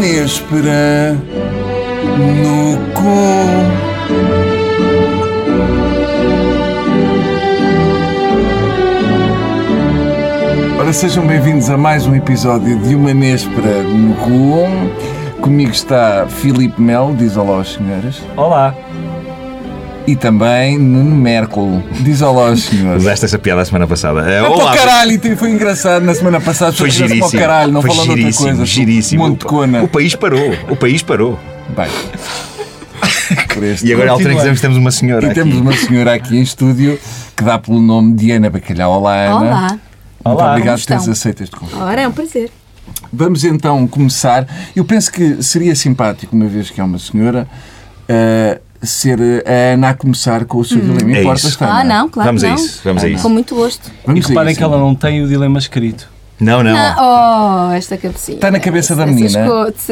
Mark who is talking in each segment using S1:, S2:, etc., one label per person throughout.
S1: Néspera no cu. Ora, sejam bem-vindos a mais um episódio de Uma Néspera no cu. Comigo está Filipe Melo, diz olá aos senhores,
S2: Olá.
S1: e também Nuno Merkel, diz olá aos senhores.
S3: Usaste essa piada a semana passada. É,
S1: É para
S3: olá,
S1: o caralho, e foi engraçado na semana passada. as
S3: Foi
S1: pessoas disseram,
S3: giríssimo.
S1: Para o caralho, não
S3: foi
S1: falando de outra
S3: giríssimo,
S1: coisa.
S3: giríssimo.
S1: Montecona.
S3: O país parou. O país parou.
S1: Bem. Por este
S3: E agora, é ao
S1: continuar.
S3: três anos, temos uma
S1: E
S3: senhora. aqui.
S1: temos uma senhora aqui em estúdio que dá pelo nome de Ana Bacalhau. Olá,
S3: É,
S1: Ana.
S4: Olá.
S1: Muito
S2: Olá,
S1: obrigado por
S4: como
S1: teres
S4: estão?
S1: aceito este convite.
S4: Ora, é um prazer.
S1: Vamos então começar. Eu penso que seria simpático, uma vez que é uma senhora, eh, ser eh, a Ana a começar com o seu dilema.
S3: É
S1: Importa
S3: isso.
S1: estar,
S4: ah,
S1: não é?
S4: não, claro
S3: Vamos
S4: que
S3: a
S4: não. É,
S3: isso, vamos a isso.
S4: Com muito gosto.
S1: Vamos
S2: E
S1: a
S2: reparem
S1: isso,
S2: que ela
S1: Ana.
S2: não tem o dilema escrito.
S3: Não, não.
S4: Ah, oh, esta cabecinha.
S1: Está Tá na cabeça da
S4: Essas
S1: menina.
S4: coisas.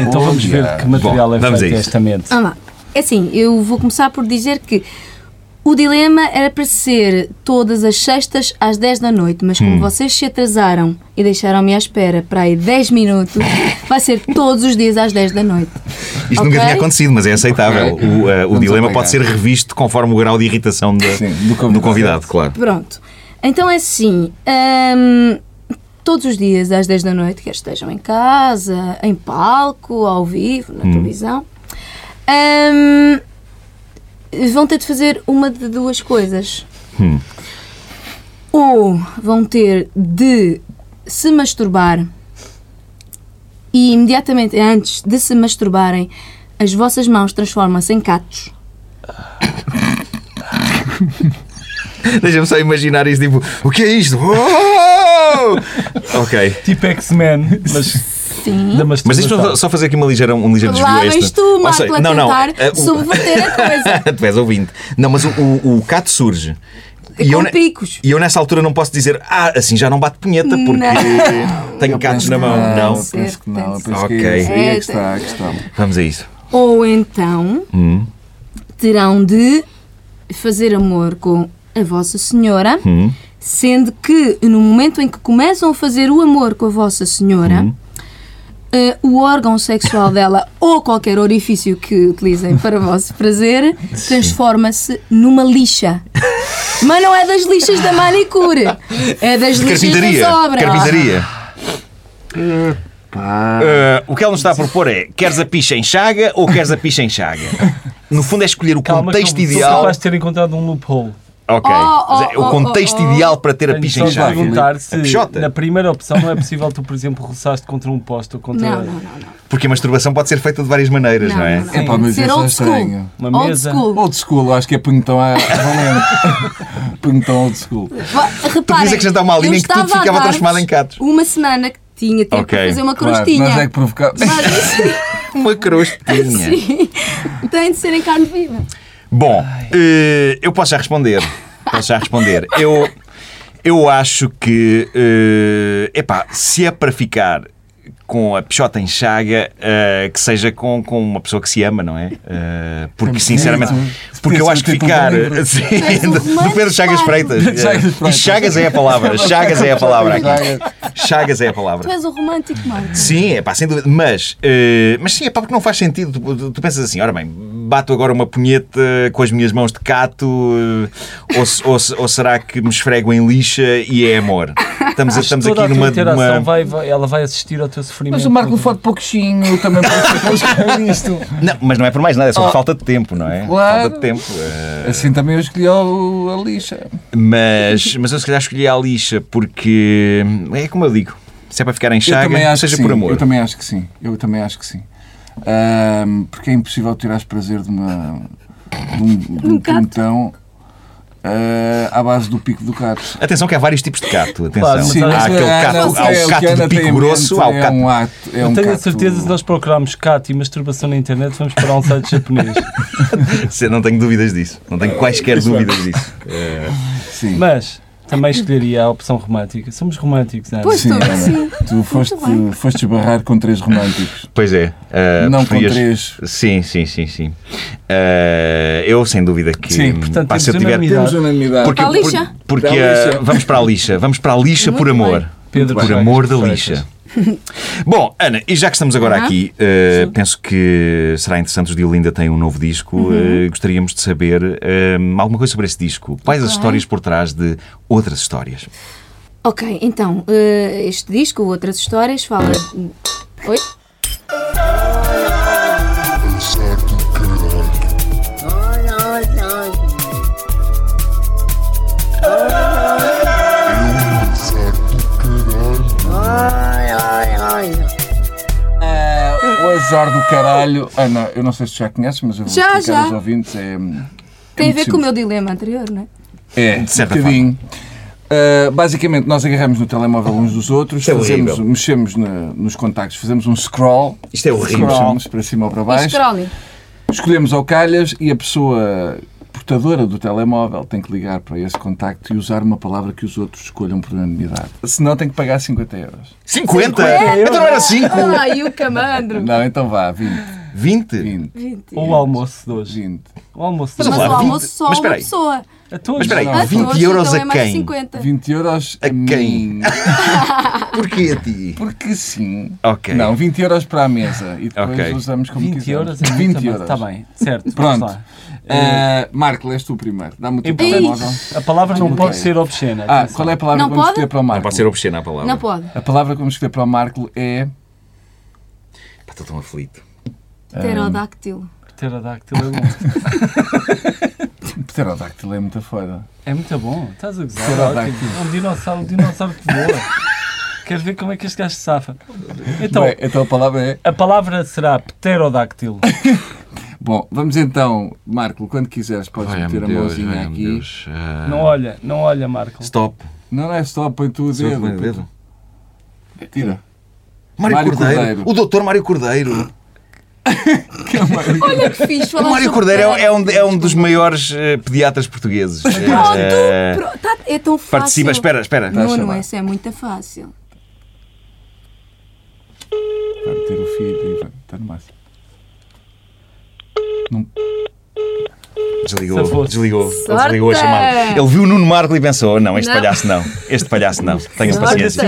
S2: Então vamos
S1: Olha.
S2: ver de que material
S3: Bom,
S2: é
S3: vamos
S2: feito
S3: a isso.
S2: esta mente.
S4: Vamos lá. É assim, eu vou começar por dizer que o dilema era para ser todas as sextas às 10 da noite, mas
S3: Hum.
S4: como vocês se atrasaram e deixaram-me à espera para aí 10 minutos, vai ser todos os dias às 10 da noite.
S3: Isto nunca
S4: Ok.
S3: tinha acontecido, mas é aceitável.
S1: Ok.
S3: O, eh, o
S1: Vamos
S3: dilema
S1: apagar.
S3: pode ser revisto conforme o grau de irritação da-
S1: Sim, do
S3: do,
S1: convidado.
S3: convidado. claro.
S4: Pronto. Então é assim. hum, todos os dias, às 10 da noite, quer estejam em casa, em palco, ao vivo, na televisão, hum, vão ter de fazer uma de duas coisas. Ou vão ter de se masturbar e imediatamente antes de se masturbarem, as vossas mãos transformam-se em catos.
S3: Deixa-me só imaginar isso, tipo, o que é isto? Uou! ok.
S2: Tipo X-Men, mas
S4: Sim.
S2: da
S3: Mas
S2: masturbação.
S3: deixa-me só fazer aqui uma ligeira, um ligeiro desvio
S4: Lá
S3: extra.
S4: vens tu,
S3: Ou
S4: Marco,
S3: seja,
S4: a tentar
S3: eh, o-
S4: subverter a coisa.
S3: tu és ouvinte. Não, mas o, o, o cato surge.
S4: Com
S3: ne-
S4: picos.
S3: E eu nessa altura não posso dizer, ah, assim já não bate punheta porque tenho catos na mão.
S1: Ah,
S3: Não.
S1: eu Penso que não, eu penso que
S3: Ok.
S1: é isso. Aí é
S4: É,
S1: que está a questão.
S3: Vamos a isso.
S4: Ou então
S3: Hum.
S4: terão de fazer amor com a Vossa Senhora,
S3: Hum.
S4: sendo que no momento em que começam a fazer o amor com a Vossa Senhora.
S3: Hum.
S4: eh, o órgão sexual dela ou qualquer orifício que utilizem para o vosso prazer transforma-se numa lixa. Mas não é das lixas da manicure, é das lixas
S3: Carpintaria.
S4: da obra.
S3: Carpintaria. Eh, o que ela nos está a propor é: queres a picha em chaga ou queres a picha em chaga? No fundo, é escolher o
S2: Calma,
S3: contexto
S2: que eu sou
S3: ideal.
S2: capaz de ter encontrado um loophole.
S3: Ok.
S4: Oh, oh,
S3: Mas é o
S4: oh,
S3: contexto
S4: oh, oh.
S3: ideal para ter a
S2: Tenho
S3: picha
S2: só
S3: em
S2: de
S1: Filipe.
S3: chaga.
S2: perguntar se
S3: A pichota.
S2: na primeira opção não é possível tu, por exemplo, roçaste contra um posto ou contra
S4: Não, não, não. não.
S3: Porque a masturbação pode ser feita de várias maneiras, não,
S4: Não,
S3: é?
S4: não, não.
S1: É pá, mas
S4: Ser
S1: isso é
S4: old school.
S1: estranho.
S2: uma
S4: Old
S2: mesa.
S4: school.
S3: Oh.
S1: Old school, acho que é punhetão à à valente. punhetão old school.
S4: Va- Reparem,
S3: podias acrescentar uma
S4: eu
S3: linha em que tudo
S4: estava a
S3: ficava
S4: dar-vos
S3: transformado em catos.
S4: Uma semana que tinha tempo
S3: Ok,
S4: para fazer uma
S1: Claro,
S4: crostinha.
S1: nós é que provocamos.
S3: Uma crostinha.
S4: Mas tem de ser em carne viva.
S3: Bom, eh, eu posso já responder. Posso já responder. Eu, eu acho que, eh, epá, se é para ficar com a pichota em chaga, eh, que seja com, com uma pessoa que se ama, não é? Eh, porque, sinceramente, porque eu acho que ficar. Sim,
S4: és um
S3: do- do Pedro Chagas
S4: romântico,
S3: Freitas.
S1: Pedro Chagas
S3: Eh, E
S1: Freitas.
S3: Chagas é a palavra. Chagas é a palavra
S1: Chagas.
S3: aqui. Chagas é a palavra.
S4: Tu és um romântico, Marco.
S3: Sim, é pá, sem dúvida. Mas, eh, mas sim, é pá, porque não faz sentido. Tu, tu- tu pensas assim, ora bem, bato agora uma punheta com as minhas mãos de cato eh, ou, se- ou se- ou será que me esfrego em lixa e é amor? Estamos, a- estamos
S2: Toda
S3: aqui
S2: a tua
S3: numa...
S2: interação
S3: numa-
S2: vai, vai- ela vai assistir ao teu sofrimento.
S1: Mas o Marco Fode Pouquinho também pode ser isto.
S3: Não, mas não é por mais nada, é só por falta de tempo, não é?
S1: Oh. Claro.
S3: Falta de tempo. eh,
S1: Assim também eu escolhi o- a lixa.
S3: mas, mas eu se calhar escolhi a lixa porque é como eu digo, se é para ficar em
S1: eu também
S3: chaga,
S1: acho que
S3: seja
S1: sim.
S3: por amor.
S1: Eu também acho que sim. Eu também acho que sim. Ahm, porque é impossível tirar prazer de uma de um, de um
S4: gato.
S1: pimentão, ah, à base do pico do gato.
S3: Atenção que há vários tipos de cato, atenção.
S2: Claro, mas
S3: há
S2: olha,
S3: aquele
S1: mas, ah,
S3: cato,
S1: não
S3: há
S1: sei,
S3: o
S1: que
S3: cato de
S1: Ana tem em
S3: pico grosso,
S1: mente
S3: há o
S1: é
S3: cato
S1: um ato, é
S2: Eu
S1: um
S2: tenho a
S1: cato-
S2: certeza que se nós procurarmos cato e masturbação na internet, vamos para um site japonês.
S3: Sim, Não tenho dúvidas disso. Não
S1: É,
S3: tenho quaisquer dúvidas disso.
S1: Sim.
S2: Mas também escolheria a opção romântica. Somos românticos, não é?
S4: Pois
S1: Sim,
S4: estou,
S1: Ana,
S4: sim.
S1: tu foste,
S4: bem.
S1: foste barrar com três românticos.
S3: Pois é. ah,
S1: Não
S3: preferias-
S1: com três.
S3: Sim, sim, sim, sim. Ah, eu sem dúvida que.
S1: Sim,
S2: portanto,
S3: pá, se eu
S2: temos
S3: tiver-
S2: unanimidade. Temos
S1: unanimidade.
S3: Porque,
S4: Para a lixa.
S3: por- porque
S1: Para a
S3: ah,
S1: lixa.
S3: vamos para a lixa. Vamos para a lixa por
S4: Muito
S3: amor.
S2: Pedro
S3: por
S2: Chagas
S3: amor da
S2: Freitas.
S3: lixa. Bom, Ana, e já que estamos agora
S4: Aham.
S3: aqui, eh, penso que será interessante. O Diolinda tem um novo disco.
S4: Uhum.
S3: eh, gostaríamos de saber eh, alguma coisa sobre esse disco. Quais as
S4: Ok.
S3: histórias por trás de outras histórias?
S4: Ok, então, eh, este disco, Outras Histórias, fala. Oi?
S5: Pensar do caralho. Eu pensar do caralho.
S1: É, O azar do caralho. Ana, eu não sei se já conheces, mas eu vou
S4: Já,
S1: explicar
S4: já.
S1: aos ouvintes. É,
S4: Tem a
S1: muito
S4: ver com o
S1: simples.
S4: meu dilema anterior, não é?
S1: É,
S3: De certa
S1: um bocadinho. Uh, basicamente, nós agarramos no telemóvel uns dos outros,
S3: Isso é
S1: fazemos,
S3: horrível.
S1: mexemos na- nos contactos, fazemos um scroll.
S3: Isto é horrível.
S1: Scrollamos para cima ou para
S4: E
S1: baixo.
S4: scrolling.
S1: Escolhemos ao calhas e a pessoa portadora do telemóvel tem que ligar para esse contacto e usar uma palavra que os outros escolham por unanimidade. Senão tem que pagar 50 euros.
S3: 50? Então não era 5?
S4: Ai, o camandro!
S1: Não, então vá, 20,
S3: 20?
S1: 20,
S2: Ou o almoço de hoje.
S1: 20.
S2: O almoço de
S3: Mas
S2: hoje. Então
S4: Mas o
S3: lá,
S4: almoço
S3: 20
S4: só
S3: mas
S4: uma
S3: espera aí.
S4: pessoa.
S2: A todos.
S3: Mas espera aí,
S1: Não.
S4: Ah,
S3: 20
S4: hoje
S3: euros
S4: então é
S3: a
S4: mais
S3: quem?
S4: 50.
S1: 20 euros
S3: A quem?
S1: mim.
S3: Porquê a ti?
S1: Porque sim.
S3: Ok.
S1: Não, 20 euros para a mesa e depois
S3: Ok.
S1: usamos como
S2: 20
S1: quisermos.
S2: euros é
S1: 20
S2: muito
S1: euros.
S2: Está bem, certo.
S1: Pronto.
S2: Vamos lá.
S1: Ah, Marco, lês tu primeiro. Dá-me o teu
S2: Importante.
S1: telemóvel.
S2: A palavra não
S1: Ok.
S2: pode ser obscena.
S1: Ah,
S2: atenção.
S1: qual é a palavra
S4: Não
S1: que vamos
S4: pode?
S1: escolher para o Marco?
S3: obscena a palavra.
S4: Não pode.
S1: A palavra que vamos escolher para o Marco é.
S3: Pá, Estou tão aflito.
S4: Pterodáctilo.
S2: Pterodáctilo é bom.
S1: Pterodáctilo é muita foda.
S2: É muito bom. Estás a gozar.
S1: Pterodáctilo.
S2: Ótimo. Um dinossauro, um dinossauro que voa. Quero ver como é que este gajo se safa. Então,
S1: Bem, então a palavra é.
S2: a palavra será pterodáctilo.
S1: Bom, vamos então, Marco, quando quiseres, podes meter a mãozinha aqui.
S2: Não olha, não olha, Marco.
S3: eh, Stop.
S1: Não, não é só, põe tu o
S3: Sou eu que
S1: dedo.
S3: ponho o
S1: põe
S3: dedo?
S1: tu- Tira.
S3: Mário,
S1: Mário
S3: Cordeiro.
S1: Cordeiro.
S3: O doutor Mário Cordeiro.
S4: Olha que fixe,
S3: O
S4: falar
S3: Mário
S4: sobre
S3: Cordeiro é, é um,
S4: pterodáctilo.
S3: é um dos maiores eh, pediatras portugueses. Eh,
S4: Pronto, pro- tá- é tão fácil.
S3: participa, espera, espera.
S1: Tá a
S4: Nuno,
S1: chamar.
S4: essa é muito fácil.
S1: Vai meter o filho e vai. Está no máximo. Não-
S3: Desligou,
S2: Safou-se.
S3: desligou, ele
S4: Sorte!
S3: desligou a chamada. Ele viu o Nuno Marco e pensou: não, este palhaço não, este palhaço não, tenha
S4: Sorte.
S3: paciência.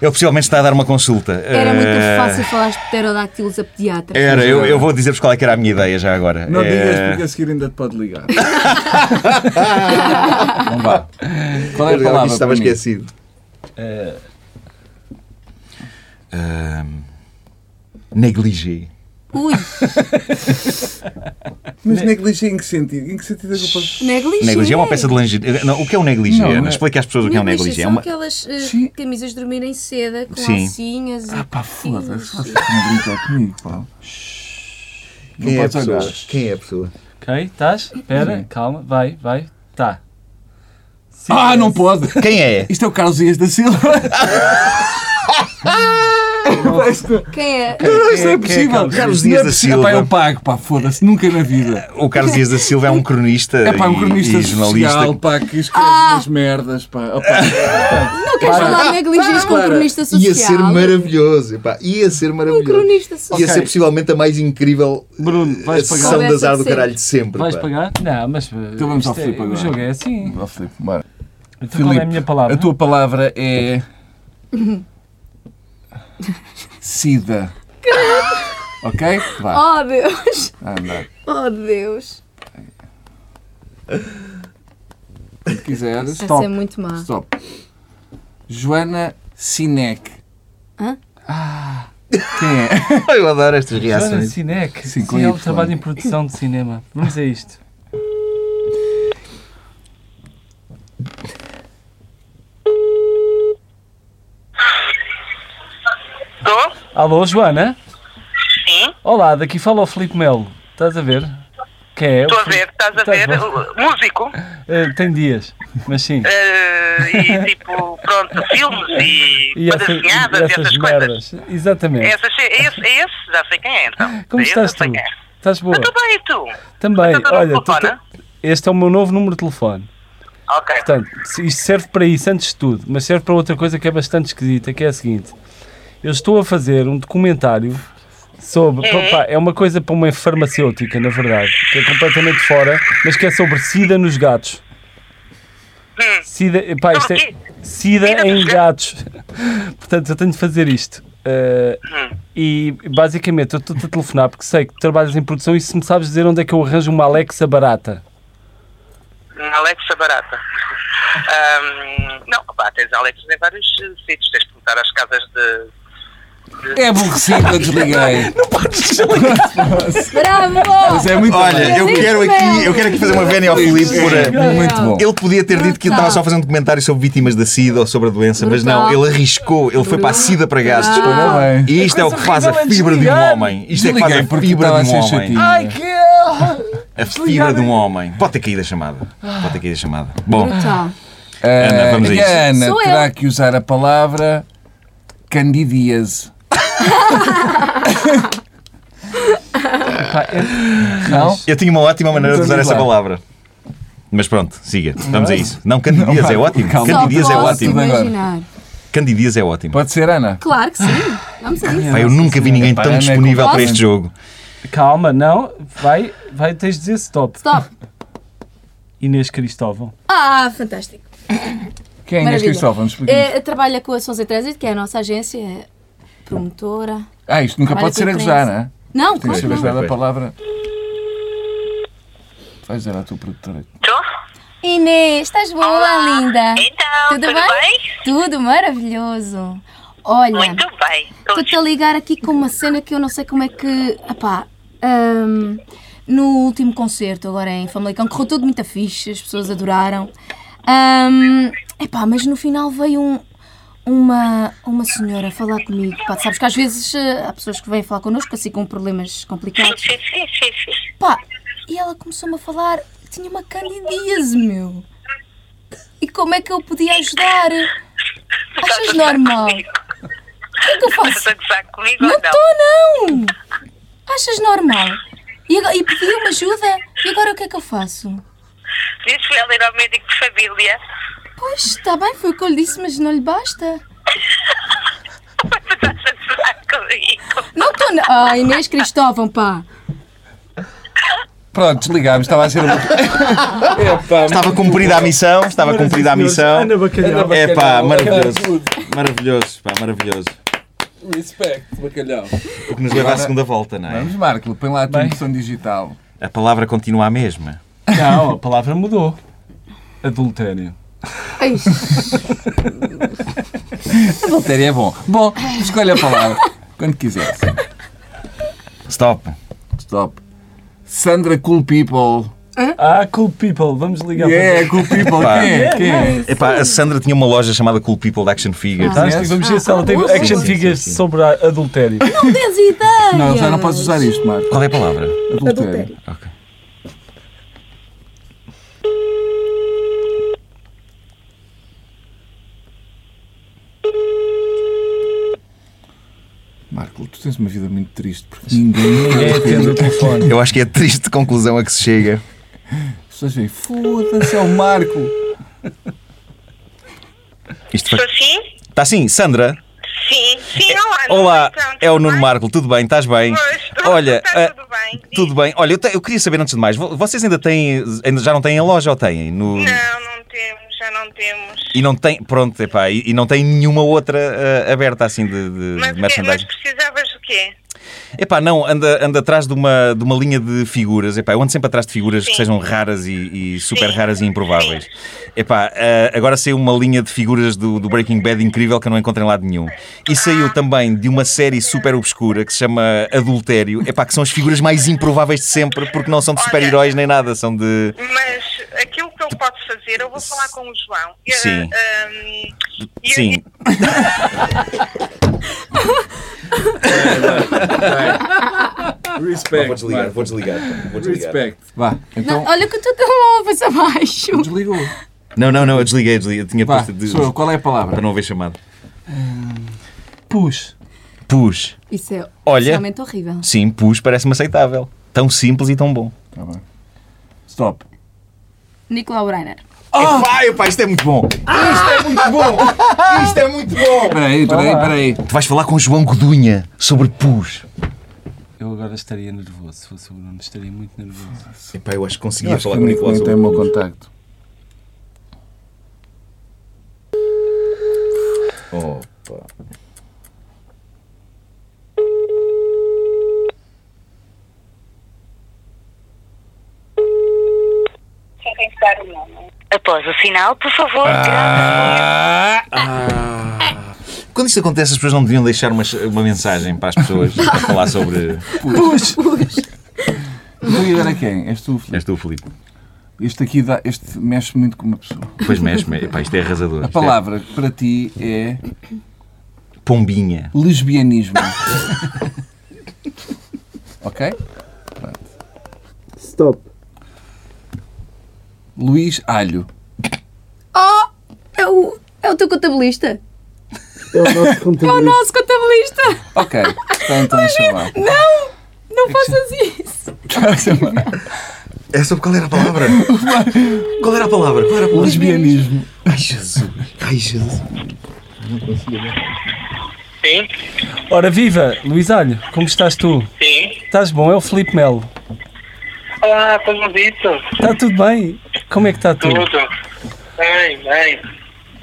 S3: Ele possivelmente está a dar uma consulta.
S4: Era
S3: Eh,
S4: muito fácil falar de pterodáctilos a pediatra.
S3: Era, eu, eu vou dizer-vos qual é que era a minha ideia já agora.
S1: Não
S3: Eh,
S1: digas porque a seguir ainda te pode ligar. não vá. Qual é a
S3: eu
S1: palavra?
S3: estava
S1: para mim?
S3: esquecido. É,
S2: Eh,
S3: Ahm, hum, negligé.
S4: Ui,
S1: Mas negligê em que sentido? Em que sentido é que eu posso.
S4: negligê.
S3: Negligé é uma peça de lingerie. Não, o que é um negligé?
S1: Não, não é-
S3: Explica às pessoas o que é um negligé. É
S4: São
S3: uma-
S4: aquelas eh,
S1: Sim.
S4: camisas de dormir em seda, com
S3: Sim.
S4: alcinhas e...
S1: Ah, pá, foda-se. Vocês estão a brincar comigo, pá. Não podes olhar.
S3: Quem é a pessoa?
S2: ok, estás? Espera, calma, vai, vai. Tá. Sim,
S1: Ah, não
S2: é-
S1: pode!
S3: Quem é?
S1: Isto é o Carlos Dias da Silva.
S3: Ah,
S4: Quem é?
S1: Não, isto
S2: Quem
S1: é
S2: é
S1: possível.
S2: Carlos
S3: Dias
S1: Não é
S3: da
S1: possível.
S3: Silva?
S1: Pá, eu pago, pá, foda-se, nunca na vida.
S3: O Carlos Dias da Silva é um cronista,
S1: É pá, um
S3: e-
S1: cronista
S3: e jornalista.
S1: social, pá, que escreve
S4: Ah!
S1: umas merdas, pá. Ó, pá.
S4: Não queres falar de negligês com um cronista social?
S6: Ia ser maravilhoso. epá, ia ser
S4: Um
S6: maravilhoso.
S4: cronista social.
S6: Ia ser possivelmente a mais incrível
S1: Bruno,
S6: a
S1: vais pagar.
S6: sessão de azar do
S4: Conversa de
S6: caralho de sempre.
S2: Vais
S6: pá.
S2: pagar? Não, mas. Então
S1: vamos ao Filipe
S2: O
S1: agora.
S2: jogo é assim.
S1: Ó, Filipe, bora.
S2: Então qual é
S1: Filipe,
S2: a minha palavra?
S1: A tua palavra é. Sida. ok? Vá,
S4: Oh, Deus.
S1: a andar.
S4: Oh, Deus.
S1: Quando quiseres.
S4: Essa é muito má.
S1: Stop. Joana Sinek.
S4: Hã?
S1: Ah, quem é?
S3: Eu adoro estas
S2: Joana
S3: reações.
S2: Sinek.
S1: Sim,
S2: Sim,
S1: com
S2: ela
S1: Y.
S2: trabalha em produção de cinema. Vamos a isto.
S7: Estou?
S2: Alô, Joana?
S7: Sim.
S2: Olá, daqui fala o Filipe Melo. Estás a ver? Quem é? O
S7: Estou a
S2: Filipe-
S7: ver, estás a
S2: Estás
S7: ver?
S2: bem.
S7: Uh, Músico.
S2: Eh, tem dias, mas sim.
S7: eh, e tipo, pronto, filmes e,
S2: E, essa- e
S7: desenhadas e essas coisas.
S2: merdas. Exatamente.
S7: Essas, é, esse, é esse? Já sei quem é então.
S2: Como
S7: É esse,
S2: estás
S7: já
S2: tu?
S7: sei quem é.
S2: Estás boa?
S7: Ah, Estou bem, e tu?
S2: Também.
S7: Então,
S2: Olha,
S7: não
S2: tu-
S7: telefona?
S2: este é o meu novo número de telefone.
S7: Ok.
S2: Portanto, se- isto serve para isso antes de tudo, mas serve para outra coisa que é bastante esquisita, que é a seguinte. Eu estou a fazer um documentário sobre...
S7: É?
S2: pá, é uma coisa para uma farmacêutica, na verdade, que é completamente fora, mas que é sobre SIDA nos gatos.
S7: Hum.
S2: SIDA... Pá, isto
S7: Sobre
S2: é,
S7: o quê?
S2: Sida em gatos. Portanto, eu tenho de fazer isto. Eh, e basicamente eu estou-te a telefonar porque sei que tu trabalhas em produção e se me sabes dizer onde é que eu arranjo uma Alexa barata.
S7: Na Alexa barata. Ahm, não, pá, tens Alexas em vários eh, sítios. Tens de perguntar às casas de.
S1: É aborrecido, eu desliguei.
S4: Bravo!
S1: Mas é muito
S3: Olha,
S1: bem.
S3: eu
S4: Mas
S3: quero
S4: isso
S3: aqui,
S4: mesmo.
S3: eu quero aqui fazer uma vénia ao Filipe por. eh,
S1: Muito bom.
S3: Ele podia ter dito que eu estava só fazendo um comentário sobre vítimas da SIDA ou sobre a doença, mas não, ele arriscou, ele foi para a SIDA para gastos.
S1: Muito bem.
S3: E isto é o que faz a
S2: horrível é
S3: fibra de um
S2: desligar.
S3: homem. Isto é que faz
S1: Desliguei
S3: a
S1: porque
S3: fibra
S1: estava
S3: de um
S1: a ser
S3: homem.
S1: chatinho.
S3: A fibra de um homem. Pode ter caído a chamada. Pode ter caído a chamada. Bom,
S4: Brutal.
S3: Ana, vamos a
S1: e
S3: isso.
S1: a Ana
S4: Sou
S1: terá
S4: eu.
S1: que usar a palavra candidíase.
S2: Pá, é-
S1: Não?
S3: eu tinha uma ótima maneira de
S1: Vamos
S3: usar essa
S1: Então lá.
S3: palavra. Mas pronto, siga. Vamos a isso. Não, Candidias
S1: Não,
S3: é
S1: vai.
S3: ótimo.
S1: Calma.
S4: Só
S3: Candidias é
S4: posso
S3: ótimo.
S1: ótima.
S4: imaginar.
S3: Candidias é ótimo.
S1: Pode ser, Ana?
S4: Claro que sim. Vamos a isso.
S3: Pá, eu nunca vi ninguém
S1: Pá,
S3: tão
S1: Ana é
S3: disponível para
S1: completamente-
S3: este jogo.
S2: Calma, não. Vai, vai, tens de dizer stop.
S4: Stop.
S2: Inês Cristóvão.
S4: Ah, fantástico.
S1: Quem é Inês
S4: Maravilha.
S1: Cristóvão? Vamos explicar.
S4: É, trabalha com a Sousa Trânsito, que é a nossa agência é promotora.
S1: Ah, isto nunca
S4: Olha
S1: pode
S4: que
S1: ser a
S4: imprensa.
S1: gozar, não é?
S4: Não,
S1: Tem que
S4: claro que
S1: ser
S4: não.
S1: usada a
S3: Pois.
S1: palavra. Vais dar à tua produtora.
S7: Estou?
S4: Inês, estás boa, linda?
S7: Então,
S4: tudo, bem? Tudo maravilhoso. Olha,
S7: Muito bem. Tô-
S4: estou-te a ligar aqui com uma cena que eu não sei como é que. Epá, hum, no último concerto, agora em Famalicão, correu tudo muito fixe, as pessoas adoraram. Hum, epá, mas no final veio um- uma, uma senhora falar comigo. Pá, tu sabes que às vezes eh, há pessoas que vêm falar connosco assim com problemas
S7: Sim,
S4: complicados.
S7: sim, sim, sim, sim.
S4: Pá, e ela começou-me a falar que tinha uma candidíase, meu. E como é que eu podia ajudar? Achas normal? O que é que eu
S7: Estás
S4: faço?
S7: a gozar comigo
S4: Não
S7: ou não?
S4: estou, não! Achas normal? E, agora- e pediu-me ajuda? E agora o que é que eu faço?
S7: Diz para ela ir ao médico de família.
S4: Pois, está bem, foi o que eu lhe disse, mas não lhe basta.
S7: Estás a gozar Tá comigo.
S4: Não estou, não. Ah, Inês Cristóvão, pá.
S1: Pronto, desligámos. Estava a ser.
S3: Estava cumprida a missão, estava cumprida a missão.
S2: Ana Bacalhau.
S3: É pá, maravilhoso. Maravilhoso, pá, maravilhoso.
S1: Respect, bacalhau.
S3: O que nos leva à segunda volta, não é?
S1: Vamos, Marco, põe lá a tua
S2: Bem.
S1: impressão digital.
S3: A palavra continua a mesma.
S2: Não, a palavra mudou. Adultério.
S4: Ai,
S1: Adultério é bom. Bom, escolha a palavra. Quando quiseres.
S3: Stop.
S1: Stop. Sandra Cool People.
S2: Ah, cool people, vamos ligar
S1: Yeah, Cool People.
S3: Pá.
S1: Quem é?
S2: Yeah,
S1: Quem é?
S3: Epá, a Sandra tinha uma loja chamada Cool People de Action Figures.
S2: para Fantástico, Vamos ver se ela tem
S4: Ah,
S2: action
S4: sim, sim,
S2: figures
S3: sim.
S2: sobre a- adultério.
S4: não tens ideia!
S1: Não, já não podes usar isto, Marco.
S3: Qual é a palavra?
S1: Adultério.
S3: Ok.
S1: Marco, tu tens uma vida muito triste porque ninguém.
S2: É atendo o telefone.
S3: Eu acho que é a triste conclusão a que se chega.
S1: As pessoas veem, foda-se, é o Marco.
S3: Isto
S7: Estou sim?
S3: Está sim, Sandra.
S7: Sim, sim, olá.
S3: É,
S7: Nuno.
S3: Olá,
S7: Então, tudo
S3: é o Nuno
S7: bem?
S3: Marco. Tudo bem? Estás bem?
S7: Pois, tudo-
S3: Olha,
S7: está
S3: ah,
S7: tudo bem.
S3: tudo bem. Olha, eu, te- eu queria saber antes de mais, vo- vocês ainda têm, ainda já não têm a loja ou têm? No-
S7: Não, não temos, já não temos.
S3: E não tem, pronto, epá, e, e não tem nenhuma outra ah, aberta assim de, de
S7: Mas, que, mas
S3: merchandising.
S7: precisavas do quê?
S3: Epá, não, anda, anda atrás de uma, de uma linha de figuras. Epá, eu ando sempre atrás de figuras que
S7: Sim.
S3: sejam raras e, e super
S7: Sim.
S3: raras e improváveis. Epá, ah, agora saiu uma linha de figuras do, do Breaking Bad incrível que eu não encontro em lado nenhum. E
S7: Ah.
S3: saiu também de uma série super obscura que se chama Adultério. Epá, que são as figuras mais improváveis de sempre porque não são de
S7: Olha.
S3: super-heróis nem nada, são de.
S7: Mas aquilo que eu posso fazer, eu vou falar com o João. E,
S3: Sim.
S7: ah, hum, e-
S3: Sim.
S1: Respect.
S6: vou desligar. Vou
S1: Respect. Vá, então.
S4: Não, olha que eu estou tão longe abaixo.
S1: Desligou.
S3: Não, não, não, eu desliguei, eu desliguei. Eu tinha
S1: Vá,
S3: posto de.
S1: sou eu. Qual é a
S3: Para
S1: palavra?
S3: não haver chamado.
S2: Push.
S3: Pus.
S4: Isso é
S3: Olha.
S4: realmente horrível.
S3: Sim, pus, parece-me aceitável. Tão simples e tão bom.
S1: Tá bem. Stop.
S4: Nicolau Breiner.
S6: Ah!
S3: Epá, epá, isto é muito bom.
S6: Isto é muito bom!
S1: Espera aí, espera aí, espera aí.
S3: Tu vais falar com o João Godunha sobre pus.
S2: Eu agora estaria nervoso, se fosse o Bruno, estaria muito nervoso.
S6: Epá, eu acho que
S3: é
S1: Eu
S6: conseguia
S1: acho que o Nico nem tem o meu contacto.
S8: dar o nome. Após o sinal, por favor,
S3: Ah! Quando isto acontece, as pessoas não deviam deixar uma, uma mensagem para as pessoas a falar sobre.
S1: Tu e agora é quem? És tu, Filipe.
S3: És tu, Filipe.
S1: Este aqui dá, este mexe muito com uma pessoa.
S3: Pois mexe, mexe. Epá, isto é arrasador.
S1: A
S3: Isto é
S1: palavra para ti é
S3: pombinha.
S1: lesbianismo. ok?
S9: Stop.
S1: Luís Alho.
S4: Oh! É o, é o teu contabilista.
S9: É o nosso conteúdo.
S4: É o nosso contabilista.
S1: Ok, está então a chamar.
S4: Não! Não faças isso.
S3: É sobre qual era a palavra?
S6: Qual era a palavra? Qual era a palavra?
S1: Lesbianismo.
S6: Ai, Jesus. Ai, Jesus.
S7: Sim,
S2: Ora viva, Luís Alho, como estás tu?
S7: sim.
S2: Estás bom? É o Filipe Melo.
S7: Olá, como dito?
S2: Está tudo bem? Como é que está tudo?
S7: Tudo. Bem, bem.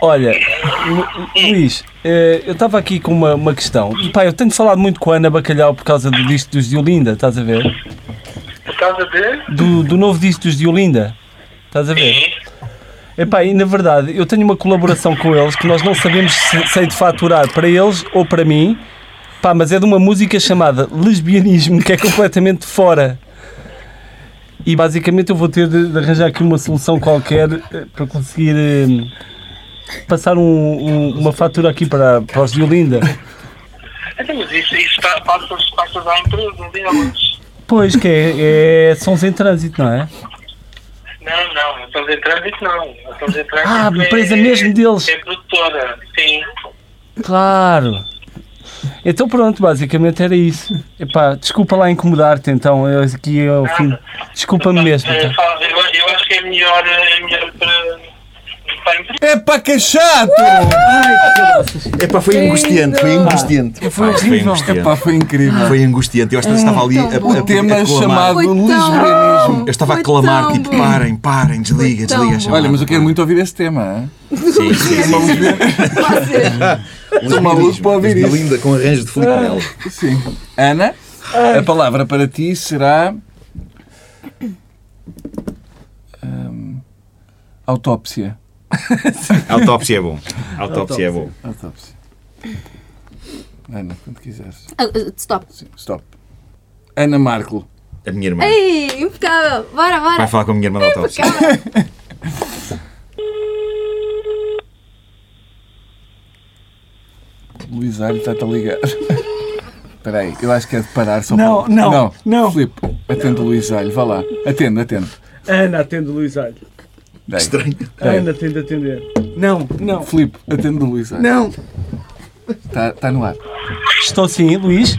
S2: Olha, Lu- Luís, eh, eu estava aqui com uma, uma questão. Pá, eu tenho falado muito com a Ana Bacalhau por causa do disco dos de Olinda, estás a ver?
S7: Por causa de.
S2: Do, do novo disco dos de Olinda, estás a ver? Epá, e na verdade, eu tenho uma colaboração com eles que nós não sabemos se, se hei de faturar para eles ou para mim, pá, mas é de uma música chamada Lesbianismo, que é completamente fora. E basicamente eu vou ter de, de arranjar aqui uma solução qualquer eh, para conseguir eh, passar um- um- uma fatura aqui para, para os de Olinda.
S7: Então, mas isso, isso pa- passas, passas à empresa deles.
S2: Pois, que é, é sons em trânsito, não é?
S7: Não, não, não estamos em trânsito, não. Não Estamos em trânsito.
S2: Ah,
S7: é-
S2: empresa mesmo deles.
S7: É produtora, sim.
S2: Claro. Então pronto, basicamente era isso. Epá, desculpa lá incomodar-te então, eu aqui eu fim. Desculpa-me mesmo.
S7: Eh,
S2: tá?
S7: fala- Eu, eu acho que é melhor, é melhor para, para a empresa.
S1: É para que chato!
S6: Epá, foi angustiante, foi angustiante.
S2: Foi
S3: É Pá, isto
S2: horrível. É
S1: Epá, foi incrível.
S6: Foi angustiante. Eu acho que eu estava ali a, a,
S1: O tema
S6: a clamar.
S1: chamado
S4: Foi tão
S1: lesbianismo.
S4: bom.
S6: Eu estava a
S4: Foi
S6: clamar,
S4: tão
S6: tipo,
S4: bom.
S6: parem, parem, desliga,
S4: Foi tão
S6: desliga. a
S4: bom.
S6: chamada.
S1: Olha, mas eu quero muito ouvir esse tema.
S6: Sim, sim, sim.
S1: Estou maluco para ouvir isso.
S6: Linda, com arranjo de Filipe Melo.
S1: hã? Sim. Ana, a palavra para ti será. hum, autópsia.
S3: Autópsia é bom. Autópsia é bom.
S1: Autópsia. Ana, quando quiseres.
S4: Ah, ah, Stop.
S1: Sim, stop. Ana Marco.
S3: A minha irmã.
S4: Ei, impecável. Bora,
S3: Vai
S4: bora.
S3: falar com a minha irmã da autópsia.
S1: Luís Alho está-te a ligar. Espera aí, eu acho que é de parar só
S2: Não,
S1: para...
S2: não,
S1: não.
S2: não.
S1: Filipe, atende o Luís Alho, vá lá. Atende, atende.
S2: Ana, atende o Luís Alho.
S1: Daí.
S6: Estranho.
S1: Daí.
S2: Ana, atende atender. Não, não.
S1: Filipe, atende o Luís Alho.
S6: Não.
S1: Está tá no ar.
S2: Estou sim, Luís.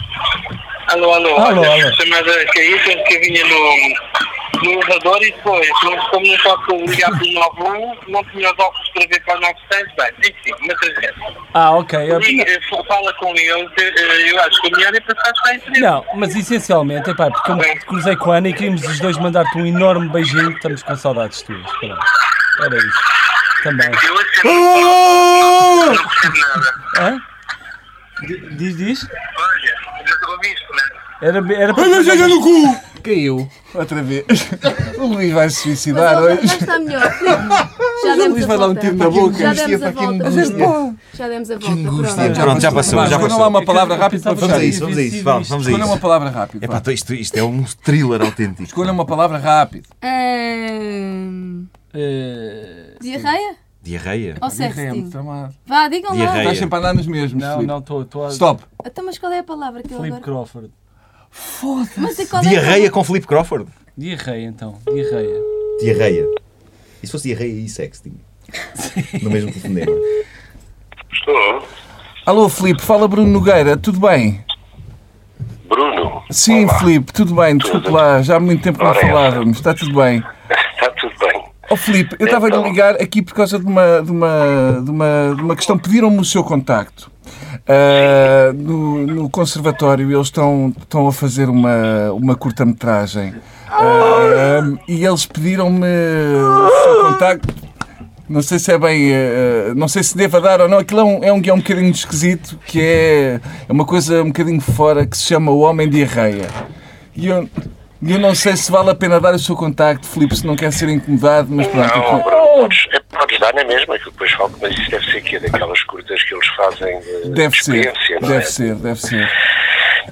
S7: Alô, alô,
S2: Alô,
S7: olha,
S2: alô.
S7: chamada caiu, teve que vinha no, no elevador e depois, não, como não posso ligar para o 91, não tinha os óculos para ver para o 900, bem, enfim, mas a gente,
S2: Ah, ok. eu-
S7: liga, eh, fala com eles, eh, eu acho que o melhor é passar para a empresa.
S2: Não, mas essencialmente, epá, porque eu me cruzei com a Ana e queríamos os dois mandar-te um enorme beijinho, estamos com saudades tuas. Pronto. Era isso. Também.
S7: Eu acho que não percebo nada.
S2: Hã? Diz, diz?
S7: Olha, mas ouviste, né?
S2: Era, era
S1: no cu! Caiu. Outra vez. O Luís vai se suicidar
S4: Mas ele
S1: hoje.
S4: já está melhor. Já
S1: Mas o
S4: demos
S1: Luís
S4: a
S1: vai dar um
S4: volta.
S1: tiro na boca.
S4: Já
S6: Angústia,
S4: demos a
S6: pá, que
S4: volta.
S6: angústia.
S4: Já demos a volta.
S6: angústia.
S4: pronto.
S3: Pronto, já passou, já
S1: Escolha lá
S3: passou.
S1: uma palavra rápida para
S2: Vamos
S1: fechar
S6: a isso,
S1: isto.
S6: vamos a isso, vá, vamos a
S1: Escolha uma
S6: isso.
S1: palavra rápida.
S3: Epá,
S1: vá.
S3: então isto, isto é um thriller autêntico.
S1: Escolha uma palavra rápida.
S4: Ahn,
S2: Eh,
S4: Diarreia?
S3: Diarreia?
S4: Ou
S1: Remo,
S4: sexting?
S1: tramado.
S4: Vá, digam lá.
S3: Diarreia.
S1: Estás sempre a andar nos mesmos.
S2: Não,
S1: Filipe.
S2: não, estou a.
S1: Stop.
S4: Então, mas qual é a palavra que eu
S2: Felipe
S4: agora...
S2: Crawford.
S4: Mas e qual é a
S3: Diarreia com Filipe Crawford?
S2: Diarreia então, diarreia.
S6: Diarreia. E se fosse diarreia e sexting? No mesmo telefonema.
S7: Estou,
S1: Alô, Filipe, fala Bruno Nogueira, tudo bem?
S7: Bruno,
S1: Sim, Filipe, tudo bem, desculpe lá, já há muito tempo que não
S7: Ora, é.
S1: falávamos, está tudo bem.
S7: está Tá tudo bem.
S1: Ó Filipe, eu estava a
S7: Então.
S1: ligar aqui por causa de uma, de uma, de uma, de uma questão. Pediram-me o seu contacto. Ah, no, no conservatório eles estão, estão a fazer uma, uma curta-metragem Ah, e eles pediram-me o seu contacto não sei se é bem ah, não sei se deva dar ou não aquilo é um, é um guião um bocadinho esquisito que é é uma coisa um bocadinho fora que se chama O Homem de Arreia e eu E eu não sei se vale a pena dar o seu contacto, Filipe, se não quer ser incomodado, mas pronto.
S7: Não,
S1: então,
S7: Bruno, podes, é, podes dar na mesma, que eu depois falo, mas isso deve ser aqui, daquelas curtas que eles fazem de,
S1: Deve
S7: de
S1: ser,
S7: experiência, não é?
S1: deve ser, deve ser.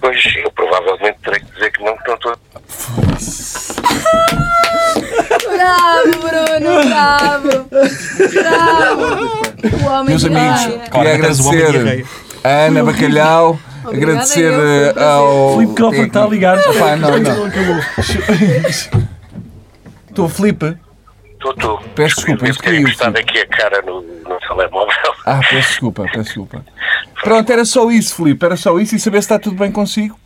S7: Pois eu provavelmente terei que dizer que não, que não estou.
S4: Bravo, Bruno, bravo. Bravo. O homem
S1: Meus
S4: que
S1: amigos,
S4: vai.
S1: queria
S3: Agora tens o homem de
S1: agradecer
S3: diarreia.
S1: a Ana Bacalhau,
S4: Obrigada,
S1: agradecer
S4: eu, foi um
S1: eh,
S4: prazer.
S1: ao.
S2: Filipe Cofre
S1: técnico.
S2: está a ligar.
S1: Pá, não, não.
S3: Estou, Filipe.
S7: Estou, estou.
S1: Peço desculpa, é
S7: Eu
S1: isto caiu,
S7: ter encostado aqui é a cara no, no telemóvel.
S1: Ah, peço desculpa, peço desculpa. Pronto, era só isso, Filipe, era só isso e saber se está tudo bem consigo.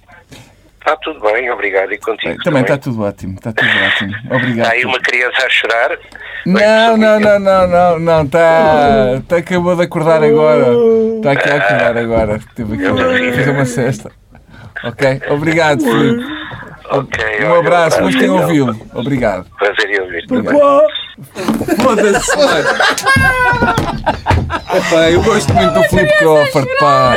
S7: Está Tá tudo bem, obrigado. E contigo.
S1: Também está tudo ótimo, está tudo ótimo.
S7: Há
S1: Obrigado.
S7: aí uma criança a chorar.
S1: Não, não, não, não, não, não, está. Tá, acabou de acordar agora. Está aqui a acordar agora. Teve que fazer uma cesta. Ok? Obrigado, Filipe.
S7: Ok,
S1: Um
S7: olha,
S1: abraço, gostei de
S7: então.
S1: ouvi-lo. Obrigado.
S7: Prazer em ouvir-te. também.
S1: Foda-se, mano. Epá, eu gosto muito do Filipe Crawford, pá.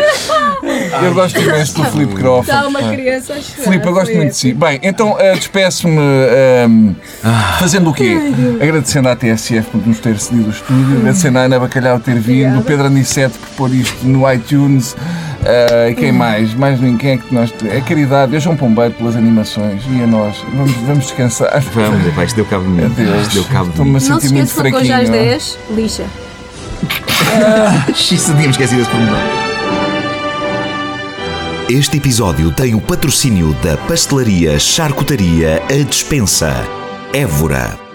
S1: Eu gosto imenso do Filipe
S4: Está
S1: Crawford.
S4: Tá uma
S1: pá.
S4: criança a chorar.
S1: Filipe, eu gosto muito de si. Bem, então eh, despeço-me ehm,
S6: Ah.
S1: fazendo o quê? Agradecendo à TSF por nos ter cedido o estúdio, agradecendo à Ana Bacalhau ter vindo, o Pedro Aniceto por pôr isto no iTunes. eh, e quem mais? Mais ninguém é que nós. A caridade, eu João Pombeiro pelas animações e a nós. Vamos, vamos descansar.
S6: Vamos, epá, isto deu cabo de mim.
S1: Deus,
S6: Isto deu cabo de
S1: estou-me
S6: mim.
S1: a
S4: Não se
S1: sentir muito
S4: esqueçam que hoje às
S1: fraquinho. é?
S4: 10, lixa.
S6: Isso, tínhamos esquecido esse pormenor.
S10: Este episódio tem o patrocínio da pastelaria Charcutaria A Despensa. Évora.